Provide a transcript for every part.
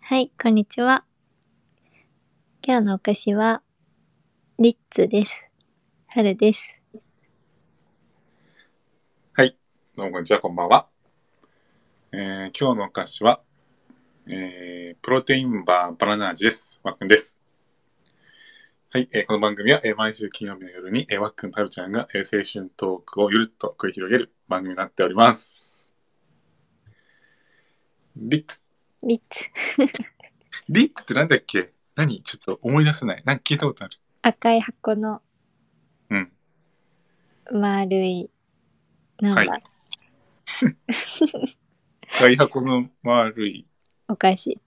はい、こんにちは。今日のお菓子は、リッツです。春です。はい。どうもこんにちは、こんばんは。えー、今日のお菓子は、えー、プロテインバーバナナ味です。わっくんです。はい、えーこの番組は、えー毎週金曜日の夜に、えー、わっくんとはるちゃんが、えー青春トークをゆるっと繰り広げる番組になっております。リッツ、リッツ。リッツってなんだっけ何ちょっと思い出せない。なんか聞いたことある。赤い箱のうん。丸い、なんだ、は外箱の丸いお菓子。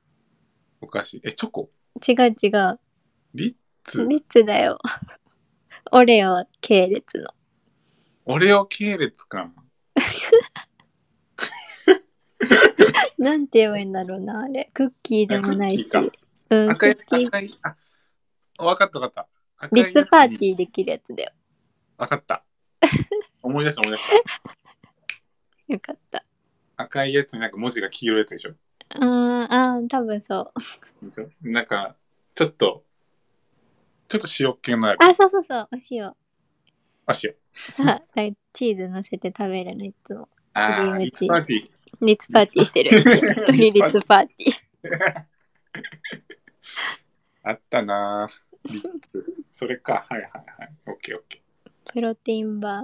お菓子。え、チョコ違う違う。リッリッツツだよ。オレオ系列の。オレオ系列か。なんて言えばいいんだろうな、あれ。クッキーでもないしあクッ。うん、ク赤いッ、キー。赤い、あ、わかったわかった。赤いリやッつツパーテにィーできるやつだよ。わか った。思い出した思い出しよかった。た。赤いやつになんか文字が黄色いやつでしょ。うーん、あー多分そう。なんか、ちょっと、ちょっと塩っ気のある。あ、そうそうそう、お塩。あ、塩。さあ、チーズ乗せて食べるのいつも。あクリあ、ームリッチーツズパーティー。リッツパーティーして る。一人リッツパーティー。あったなーリッツそれか。はいはいはい。オッケーオッケー。プロテインバ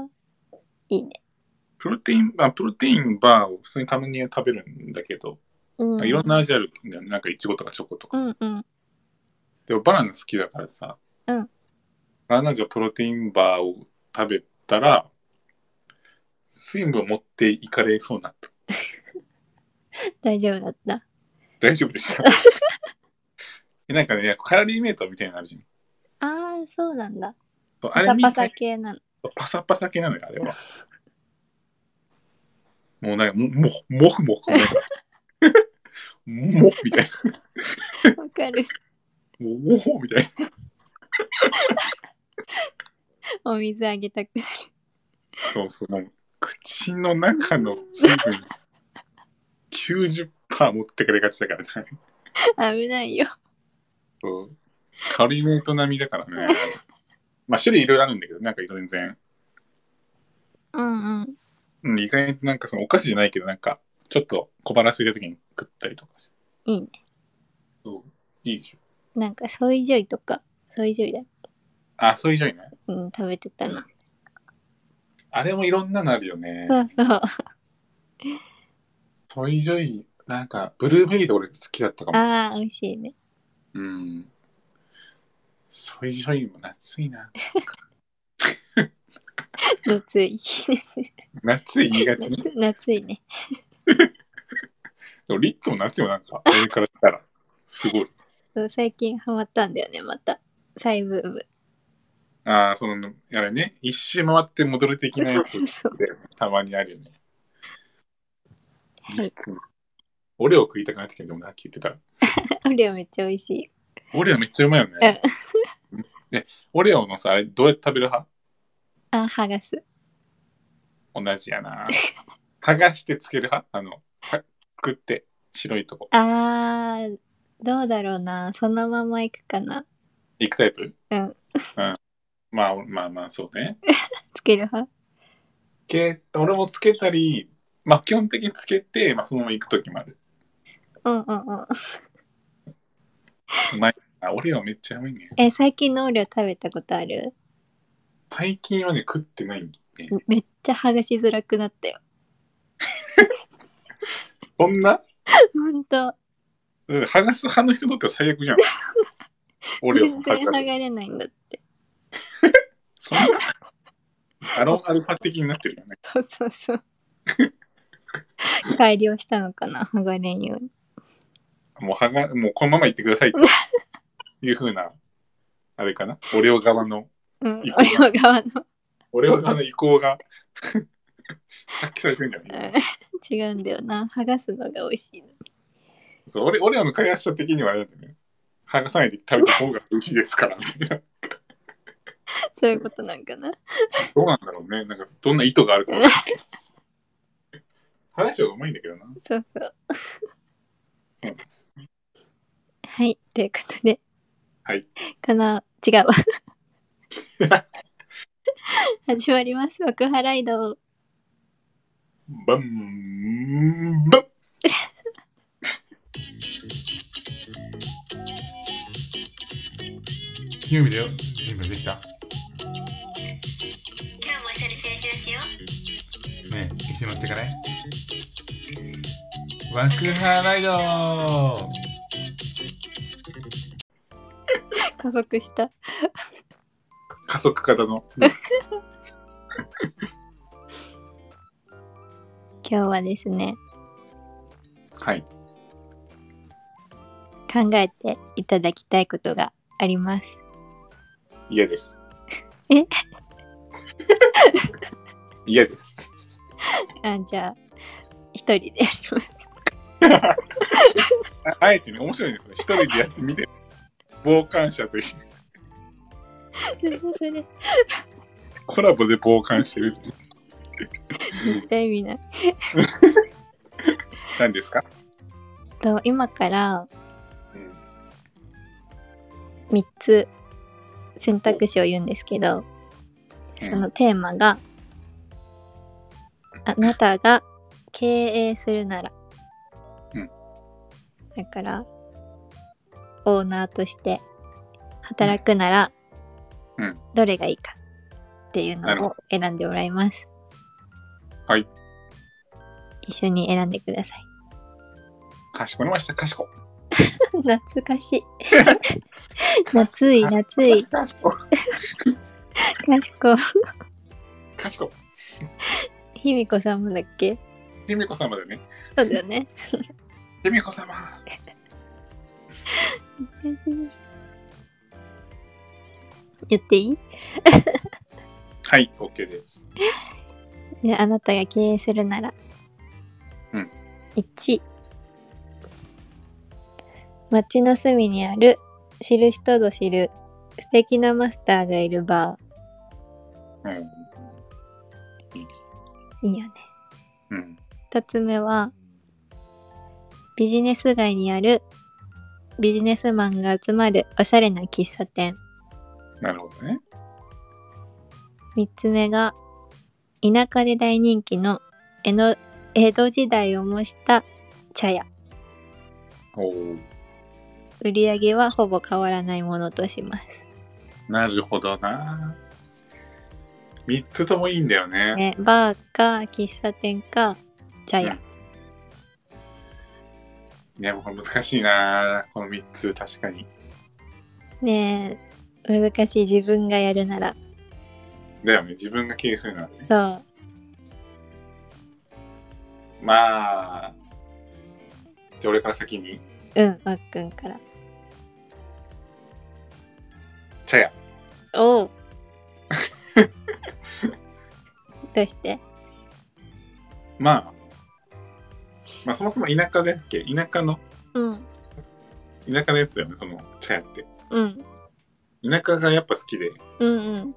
ー。いいね。プロテイン、あ、プロテインバーを普通にたまに食べるんだけど、ういろんな味あるんだよね。なんかいちごとかチョコとか。うんうん。でもバナナ好きだからさ、うんバナナじゃプロテインバーを食べたら水分を持っていかれそうになった大丈夫だった。大丈夫でした えなんかねカロリーメイトみたいになるじゃんああ、そうなんだ。そうあパれサみパたサい系なの。 パサパサ系なのよあれはもうなんかもももふもふなんかもみたいわかる。なももみたいなお水あげたくなそうそうもう口の中の水分90%持ってかれがちだからねる。危ないよ。そう。カリメイト並みだからね。まあ種類いろいろあるんだけど、なんか全然。うんうん。うん、意外となんかそのお菓子じゃないけど、なんかちょっと小腹空いた時に食ったりとかして。いいね。そう。いいでしょ。なんか、ソイジョイとか、ソイジョイだ。あ、そういうじゃないうん、食べてたな。あれもいろんなのあるよね。そうそう。ソイジョイ、なんか、ブルーベリーと俺好きだったかも。ああ、美味しいね。うん。ソイジョイも夏いな。夏い。夏い言いがち ね。夏夏いね。でもリッツも夏よ、なんか。俺からしたら。すごい。そう最近ハマったんだよね、また。再ブーム。ああ、その、あれね、一周回って戻る的なそやうつそうそう。でたまにあるよね。はい。オレオ食いたくなってきたけどなって言ってたら。オレオめっちゃ美味しい。オレオめっちゃうまいよね。え、オレオのさ、あれどうやって食べる派あ、剥がす。同じやな。剥がしてつける派あの、さ作って、白いとこ。あー、どうだろうな。そのまま行くかな。いくタイプうんうん。まあまあまあ、そうね。つける派け俺もつけたり、まあ基本的につけて、まあそのまま行くときもある。うんうんうん。あ、オレオめっちゃうまいね。え、最近のオレオ食べたことある最近はね、食ってないんで、ね。めっちゃ剥がしづらくなったよ。そんなほんと。うん剥がす派の人にとっては最 悪じゃん。俺を全然剥剥ががす。れないんだって。そんなアロンアルファ的になってるよね。そうそうそう。改良したのかな剥がれんように。もう剥が、もうこのまま行ってくださいっていうふうな、あれかな。俺を側の、うんい、くオレオ側の。俺を側の意向が発揮されてるんじゃうないん違うんだよな。剥がすのが美味しいの。そう、俺、俺の開発者的にはあれだよね。剥がさないで食べた方が美味しいですから、みたいな。そういうことなんかな。どうなんだろうね。なんか、どんな意図があるかもしれない。剥がしはうまいんだけどな。そうそう。そうなんですよはい。ということで。はい。かな、違うわ。始まります。幕張移動。バンバンユーミだよ。準備できた。今日も一緒に青春しよう。ねえ、一緒に乗ってかね。ワクハライド加速した。加速型の。今日はですね、はい。考えていただきたいことがあります。嫌です。え嫌です。あ、じゃあ、一人でやり ます。ああえてね、面白いんですよ。一人でやってみて。傍観者という、それ、めっコラボで傍観してる。ちゃ意味ない。何ですか、と、今からうん、 3つ選択肢を言うんですけど、そのテーマが、あなたが経営するなら。うんだから、オーナーとして働くなら、うんどれがいいかっていうなるのほを選んでもらいます。はい。一緒に選んでください。 かしこまりました。かしこ。懐かしい。 夏い、夏い、かしこ。かしこ。かしこ。ひみこさんもだっけひみこ様でね。そうだよね。 ひみこ様。言っていいはい、OK です。ね、あなたが経営するなら。うん1、街の隅にある、知る人ぞ知る、素敵なマスターがいるバうん。ー。いいよね。うん。 2つ目は、ビジネス街にある、ビジネスマンが集まるおしゃれな喫茶店。なるほどね。 3つ目が田舎で大人気の江の江戸時代を模した茶屋おお。売り上げはほぼ変わらないものとしますなるほどな。三つともいいんだよね。ねバーか喫茶店か茶屋いや、これ難しいな。この三つ、確かに。ねえ難しい自分がやるならだよね。自分が経営するならね。そうまあ。じゃあ、俺から先に。うんわっくんから茶屋。おおどうしてまあ。まあ、そもそも田舎だっけ田舎の、うん田舎のやつだよね、その茶屋って。うん田舎がやっぱ好きで、うんうん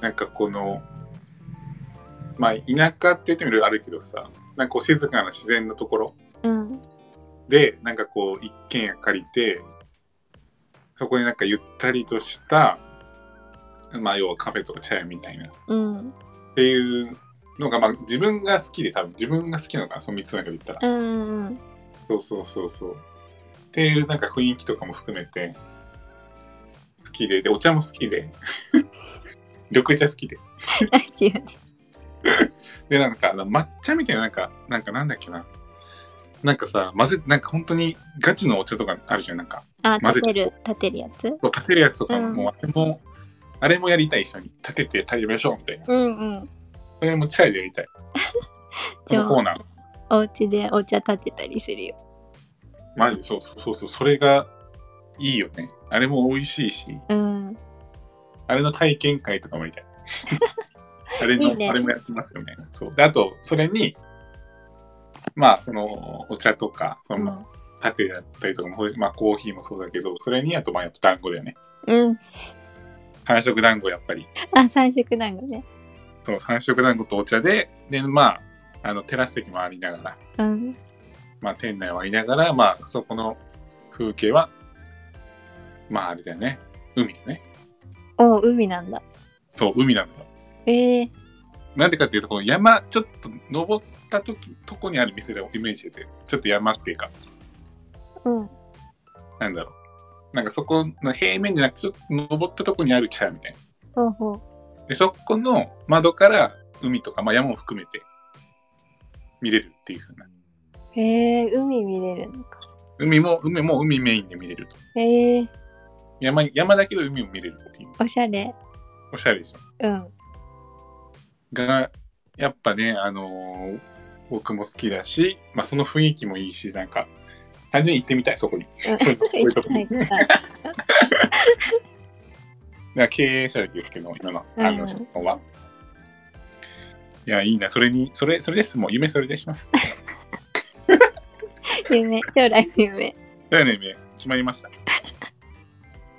なんかこの、まあ、田舎って言ってみるあるけどさ、なんかこう静かな自然のところ、うんでなんかこう一軒家借りてそこになんかゆったりとしたまあ要はカフェとか茶屋みたいなっうんていうのがまあ自分が好きで多分自分が好きなのかなその3つの中で言ったら、うんうんそうそうそうそうっていうなんか雰囲気とかも含めて好きででお茶も好きで 緑茶好きでらしいよねでなんかあの抹茶みたいななんかなんかなんだっけななんかさ混ぜなんか本当にガチのお茶とかあるじゃんなんかあ混ぜ立ててる立てるやつそう立てるやつとかも,、うんもうあれもあれもやりたい一緒に立てて食べましょうみたいなうんうんそれもチャイでやり たいこのコーナーお家でお茶立てたりするよ。マジそうそうそうそうそれがいいよねあれも美味しいしうん。あれの体験会とかも やりたいあれのいいねあれもやってますよねそうであとそれにまあそのお茶とかその立てだったりとかもそうですまあコーヒーもそうだけどそれにあとまあやっぱ団子だよねうん。単色団子やっぱりあ、三色団子ね。そう、三色団子とお茶で、で、まあ、あの、テラス席もありながら、うん。まあ、店内はありながら、まあ、そこの風景はまああれだよね。海だね。おう海なんだ。そう、海なのよ。ええなんでかっていうと、この山、ちょっと登ったとき、とこにある店でイメージしてて、ちょっと山っていうか、うん。なんだろう。なんかそこの平面じゃなくて、ちょっと登ったとこにある茶屋みたいほうほう。な。で、そこの窓から海とか、まあ山も含めて見れるっていう風な。ええ海見れるのか。海も、海も海メインで見れると。ええ山に、山だけど海も見れるっていう。おしゃれ。おしゃれでしょ。うん。が、やっぱね、あのー僕も好きだし、まあその雰囲気もいいし、なんか、単純に行ってみたい、そこに。 そういうそういうとこはいはいなんか経営者ですけど、今の、あうのん質問は。いや、いいな、それに、それ、それです、もう夢それでします。夢、将来の夢。だよね、夢、決まりま した。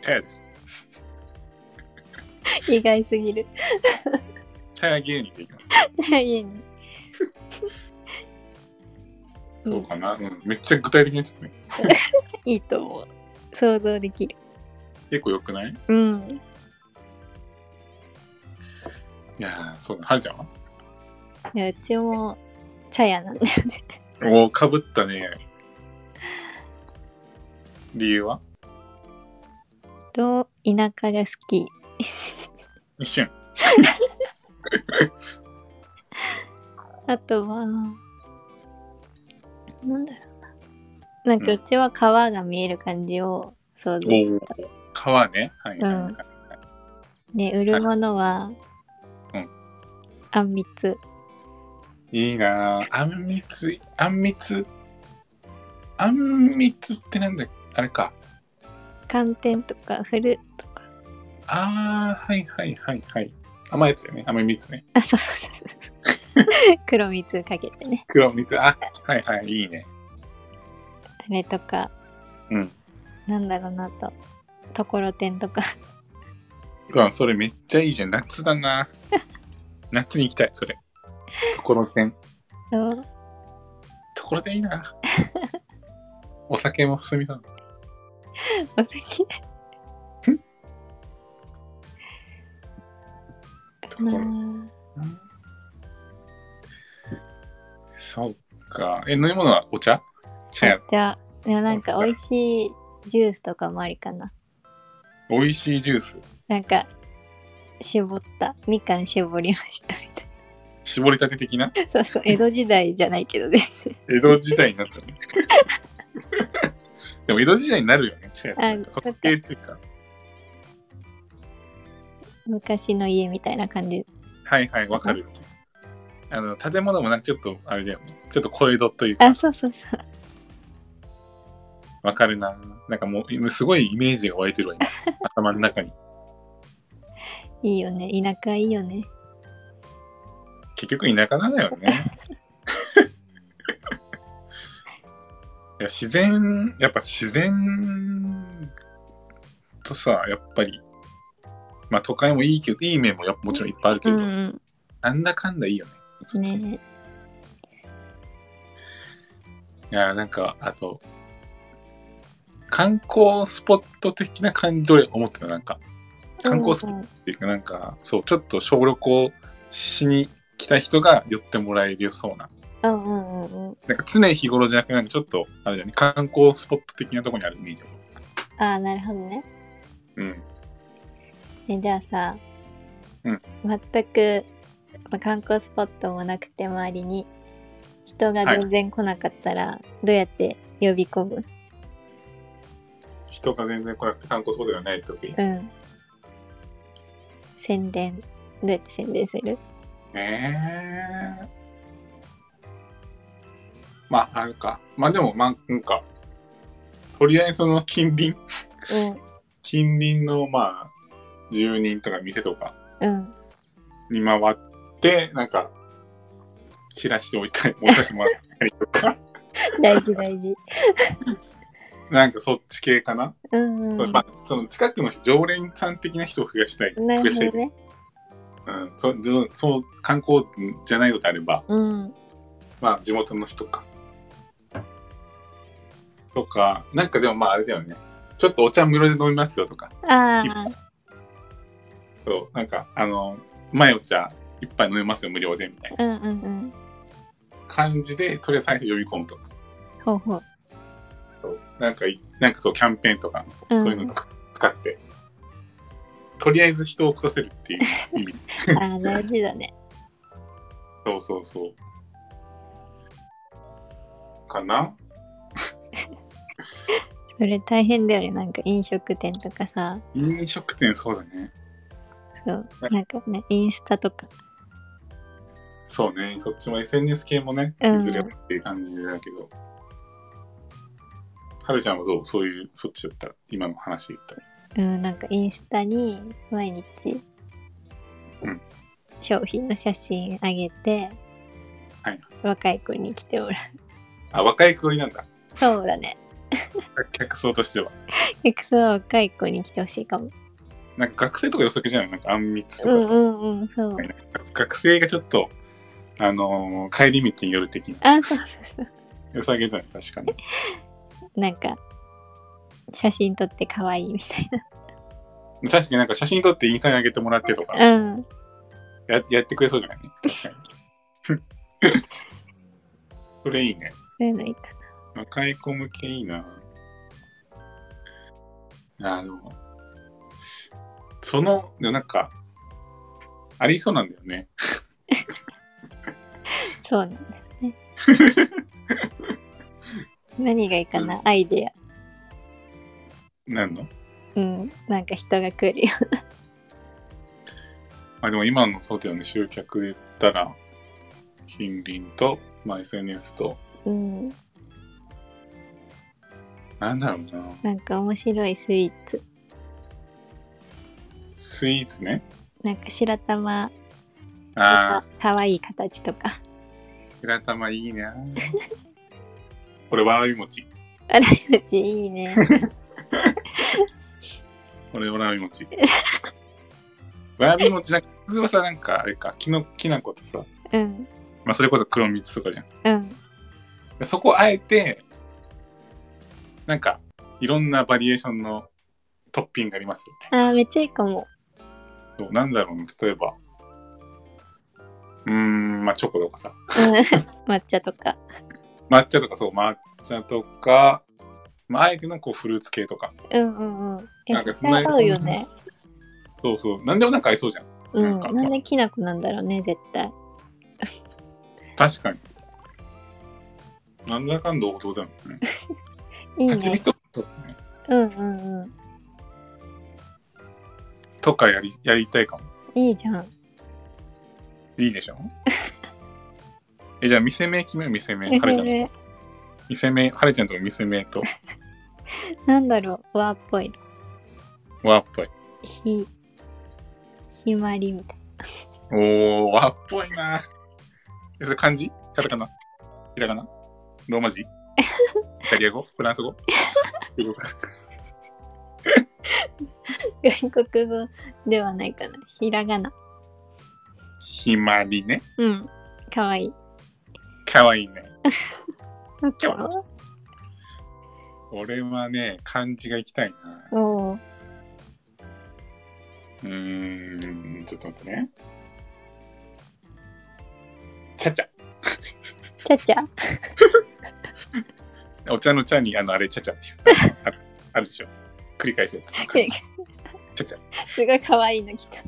茶屋です。意外すぎる。 茶屋芸人でいきます。家に。そうかな、うん、めっちゃ具体的にちょっとね、いいと思う。想像できる。結構良くないうん。いやー、そうだ、はるちゃんはいや、うちも茶屋なんだよね。おお、かぶったね。理由はと、田舎が好き。一瞬。あとは、なんだろうな。なんかうちは川が見える感じを想像。おお、川ね。はい。うんはいで、売るものは、うんあんみつ。いいなぁ。あんみつ、あんみつ。あんみつってなんだあれか。寒天とかフルとか。あー、はいはいはいはい。甘いやつよね。甘い蜜ね。あ、そうそうそうそう。黒蜜かけてね。黒蜜。あ、はいはい。いいね。あれとか、うん。なんだろうなと。ところてんとか。うわ、それめっちゃいいじゃん。夏だ な夏に行きたい、それ。ところてん。そうところてんいいなお酒も進みそう。お酒。かところなそうか。え、飲み物はお茶茶じや。ゃあ、でもなんか美味しいジュースとかもありかな。美味しいジュース。なんか、絞った。みかん絞りました みたい絞りたて的なな。そうそう、江戸時代じゃないけど です。江戸時代にな ったね。でも江戸時代になるよね、茶屋ってなんか。あそっち系っていうか。昔の家みたいな感じ。はいはい、わかる。あの、建物もなんかちょっと、あれだよね。ちょっと小江戸というかあ、、そうそうそう。わかるな。なんかもう、今すごいイメージが湧いてるわ、今。頭の中に。いいよね。田舎いいよね。結局田舎なのよね。 いや自然、やっぱ自然とさ、やっぱり、まあ都会もいいけど、いい面もやっぱもちろんいっぱいあるけうど、んなんだかんだいいようん。ね。ねいや、なんか、あと、観光スポット的な感じで俺思ってた、なんか。観光スポットっていうか、なんか、そう、ちょっと小旅行しに来た人が寄ってもらえるよそうな。うんうんうんうん。なんか常日頃じゃなくて、なんかちょっと、あれだよね、観光スポット的なとこにあるイメージ。ああ、なるほどね。うん。えじゃあさ、うん全く、まあ観光スポットもなくて周りに人が全然来なかったら、どうやって呼び込む人が全然来なくて観光スポットがない時うん宣伝どうやって宣伝するねえ。まあ、あれか。まあでも、まあ、なんか、とりあえずその近隣、近隣の、まあ、住人とか店とかうんうんに回って、なんか、チラシ置いたり、置かせてもらったりとか、 大事大事なんかそっち系かな。うんうんまあ、その近くの常連さん的な人を増やしたい。増なやるしほたいど。ねうん、そそそう観光じゃないのであれば、うんまあ、地元の人か。とか、なんかでもまああれだよね。ちょっとお茶無料で飲みますよとか、あそうなんか、あの、うまいお茶一杯飲めますよ、無料でみたいなあ、うんうんうん。感じで、とりあえず最初呼び込むとか、ほうほう。そうなんかい、なんかそう、キャンペーンとか、うん、そういうのとか使って、とりあえず人を来させるっていう意味。あー大事だね。そうそうそう。かなそれ大変だよね。なんか飲食店とかさ、飲食店そうだね。そう、なんかね、インスタとか。そうね。そっちも SNS 系もね、うんいずれはっていう感じだけど。はるちゃんはどうそういう、そっちだったら、今の話言ったら。うん、なんかインスタに毎日、うん商品の写真あげて、はい若い子に来てもらう。あ、若い子になんだ。そうだね。客層としては。結構若い子に来てほしいかも。なんか学生とか予測じゃないなんかあんみうつとんかうさ、んうん、そう。学生がちょっと、あのー帰り道による的な。あ、そうそうそう。良さげだね、確かに。なんか、写真撮って可愛いみたい確かになんか写真撮ってインスタに上げてもらってとか、な。うん。ややってくれそうじゃない確かに。 それいいね。そういうのいいか若い子向けいいな。あの、その、でもなんか、ありそうなんだよね。な。そうなんだよ ね。何がいいかなアイデなんのア。うん。なんか人が来るよ。まあでも今のそうだよね、集客で言ったら、近隣と、まあ SNS と、うん。なんだろうな、なんか面白いスイーツ。スイーツね。なんか白玉ああ、かわいい形とか。白玉いいな。これわらび餅。あらゆちいい ね。これわらび餅。わらび餅なんか、普通はさ、なんかあれか、きのきな粉とさ、うん。まあそれこそ黒蜜とかじゃん。うん。でそこをあえて、なんか、いろんなバリエーションのトッピングがありますよ。あーめっちゃいいかも。そうなんだろうな、例えば。うーん、まあチョコとかさ。うん抹茶とか。抹茶とかそう、抹茶とか、まああえてのこうフルーツ系とか。うんうんうん。え、なんか絶そんな対合うよね。そうそう、なんでもなんか合いそうじゃん。うなんん。かなんできな粉なんだろうね、絶対。確かに。なんだかんだ王道だよね。いい蜂ね。蜜とかそうだよねうんうんうん。とかやりやりたいかも。いいじゃん。い いでしょえ、じゃあ、店名決めよう、店名。はれちゃんの。店名、はれちゃんとこ店名と、 なんだろう、和っぽいの。和っぽい。ひ、ひまりみたいおー、和っぽいな。え、それ漢字カタカナひらがなロー マ字イタリア語フランス語英語かな。外国語ではないかな。ひらがな。ひまりね。うん。かわいい。かわいいね。あと俺はね、漢字がいきたいな。おーうーん、ちょっと待ってね。ちゃちゃ。ちゃちゃ。お茶の茶に、あの、あれ、ちゃちゃ。あるあるでしょ。繰り返すやつ。ちゃちゃ。 すごいかわいいの来た。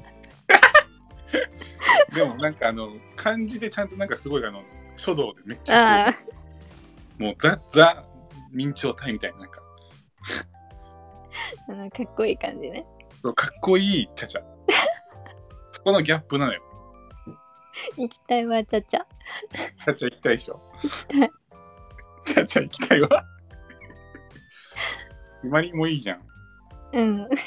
でもなんかあの漢字でちゃんとなんかすごいあの書道でめっちあゃあ、もうザ・ザ・明朝体みたいななんかあの、かっこいい感じね。そうかっこいいチャチャ そこのギャップなのよ行きたいわ、ちゃちゃ。チャチャ行きたいで しょきたいチャチャ行きたいわひまりもいいじゃんうん。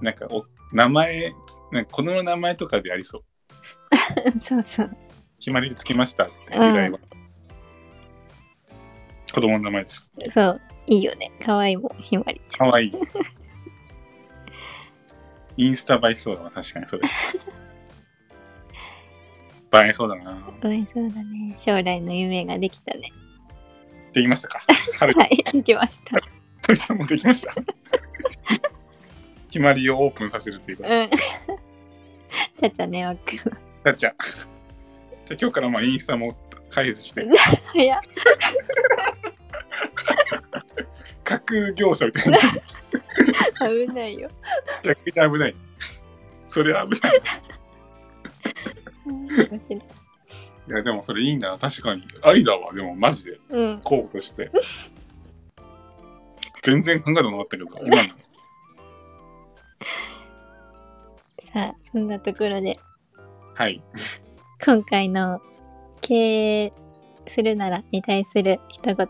なんかお名前なんかこの名前とかでありそうそうそう。決まりつきましたって由うん来は、子供の名前ですそう。いいよね。かわいいもん、ひまりちかわい いインスタ映えしそうだわ確かにそれ映えそうだなゃん。かわいそうだね。将来の夢ができたね。できましたかはるはい、できました。かりちゃんもできました。決まりをオープンさせるというか、うん。 ちゃちゃねわくん。かっちゃん。じゃあ今日からまあインスタも開発して、 早っ各業者みたいな。危ないよ。逆に危ない。それ危ない。うん面白いいや、でもそれいいんだな。確かに。ありだわ。でもマジで。うん。候補として。全然考えたことなかったけど、今の。さあ、そんなところで、はい。今回の経営するならに対する一言を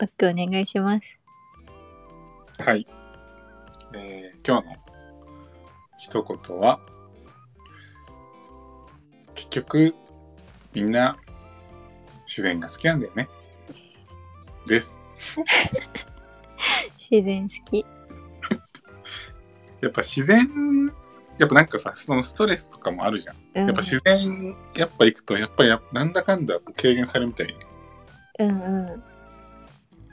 おっくんお願いします。はい。えー今日の一言は、結局、みんな自然が好きなんだよね。です。自然好き。やっぱ自然、やっぱなんかさ、そのストレスとかもあるじゃん。うん、やっぱ自然、やっぱ行くと、やっぱりなんだかんだ軽減されるみたいに、うんうん。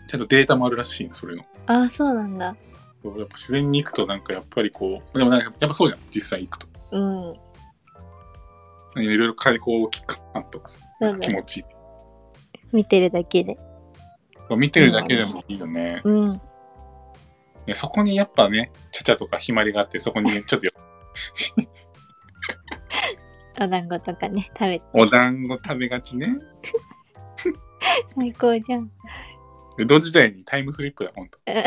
ちゃんとデータもあるらしいのそれの。ああ、そうなんだ。やっぱ自然に行くと、なんかやっぱりこう、でもなんかやっぱそうじゃん、実際行くと。うん。いろいろ開放感とかさ、なんか気持ちいい。見てるだけで。見てるだけでもいいよね。うん。ねそこにやっぱね、ちゃちゃとかひまりがあって、そこにちょっとお団子とかね、食べて。お団子食べがちね。最高じゃん。江戸時代にタイムスリップだ、ほんと。え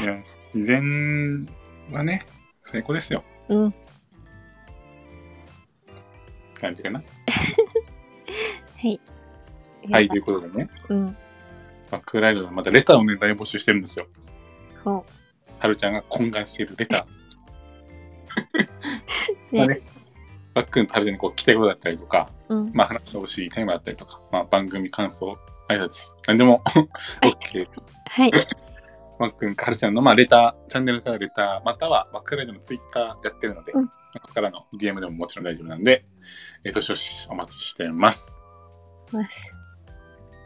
いや、自然はね、最高ですよ。うん。感じかな。はい。はい、ということでね、うん。バックライドでまたレターをね、大募集してるんですよ。ほはるちゃんが懇願しているレタう。ー。ね。ね、バックンとはるちゃんにこう聞きたいことだったりとか、うん。まあ、話してほしいテーマだったりとか、まあ、番組感想、挨拶、何でも OK。はい。マックン、カルちゃんの、まあ、レター、チャンネルからレター、または、マックライドのツイッターやってるので、うんここからの DM でももちろん大丈夫なんで、えー、どしどしお待ちしてます。ます。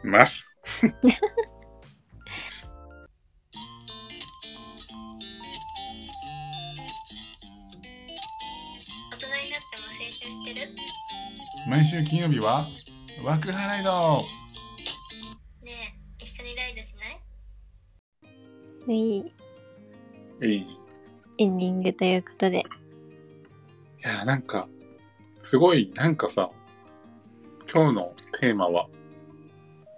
ます。大人になっても青春してる毎週金曜日は、ワークハライドねえ一緒にライドしないいいいいエンディングということで。やー、なんか、すごい、なんかさ、今日のテーマは、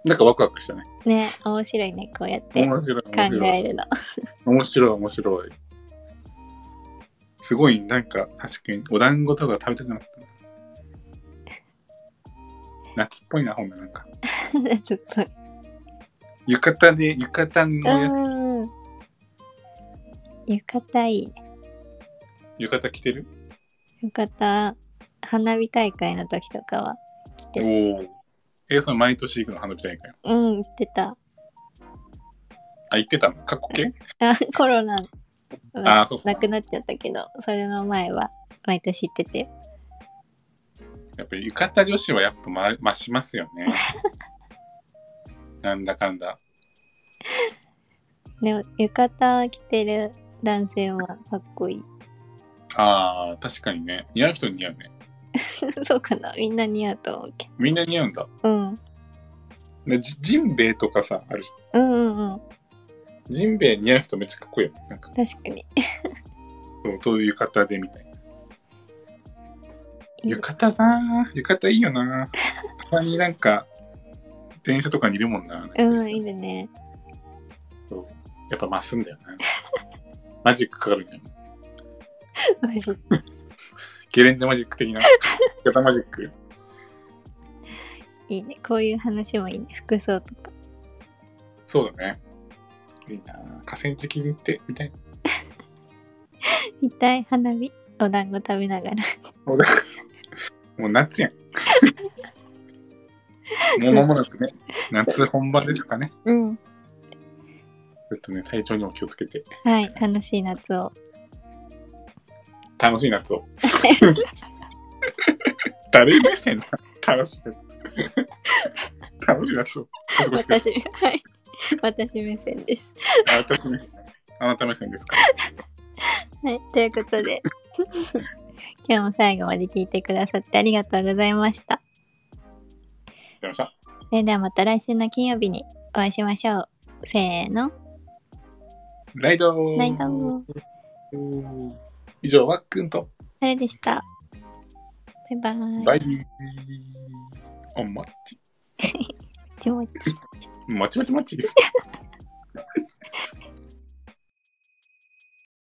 なんかワクワクしたね。ね、面白いね、こうやって面白い、考面白い。えるの。 面白い面白いすごいなんか確かにお団子とか食べたくなったな夏っぽいなほんでなんか夏っぽい。浴衣で浴衣のやつうん。浴衣いいね。浴衣着てる浴衣、花火大会の時とかは着て、おおえその毎年行くの花火大会うん、着てた。あ行ってたの過去形あ、コロナ、あーそうかなくなっちゃったけど、それの前は毎年行ってて。やっぱり浴衣女子はやっぱま増しますよ ねなんだかんだでも、浴衣着てる男性はかっこい い。あー確かにね似合う人に似合うねそうかなみんな似合うと思うけみんな似合うんだど。うん。でジジンベエとかさあるじうんうんうん。ゃんジンベエ似合う人めっちゃかっこいいよねなんか確かに。そう、どういう浴衣でみたいな。いい浴衣なぁ浴衣いいよなぁたまになんか、電車とかにいるもんな、うん、いるね。そうやっぱ増すんだよな。マジックかかるみたいな。マジゲレンデマジック的な。浴衣マジック。いいね。こういう話もいいね。服装とか。そうだね。いいなぁ河川敷に行って、みたいな。一体花火、お団子食べながら。もう 夏やん。もう間もなくね、夏本番ですかね。うん。ちょっとね、体調にも気をつけて、はい。楽しい夏を。楽しい夏を。 誰目 線だ楽しい夏。楽しい夏をお過ごしください。私、はい。私目線です。あ私ねあなた目線ですかはい、ということ で、今日も最後まで聞いてくださってありがとうございました。ら。さよそれではまた来週の金曜日にお会いしましょう。せーの、うならライドーライドー以上、ワックンと。あれでした。バイバイ。バイビー。お、まち、気持ちまちまちまちです。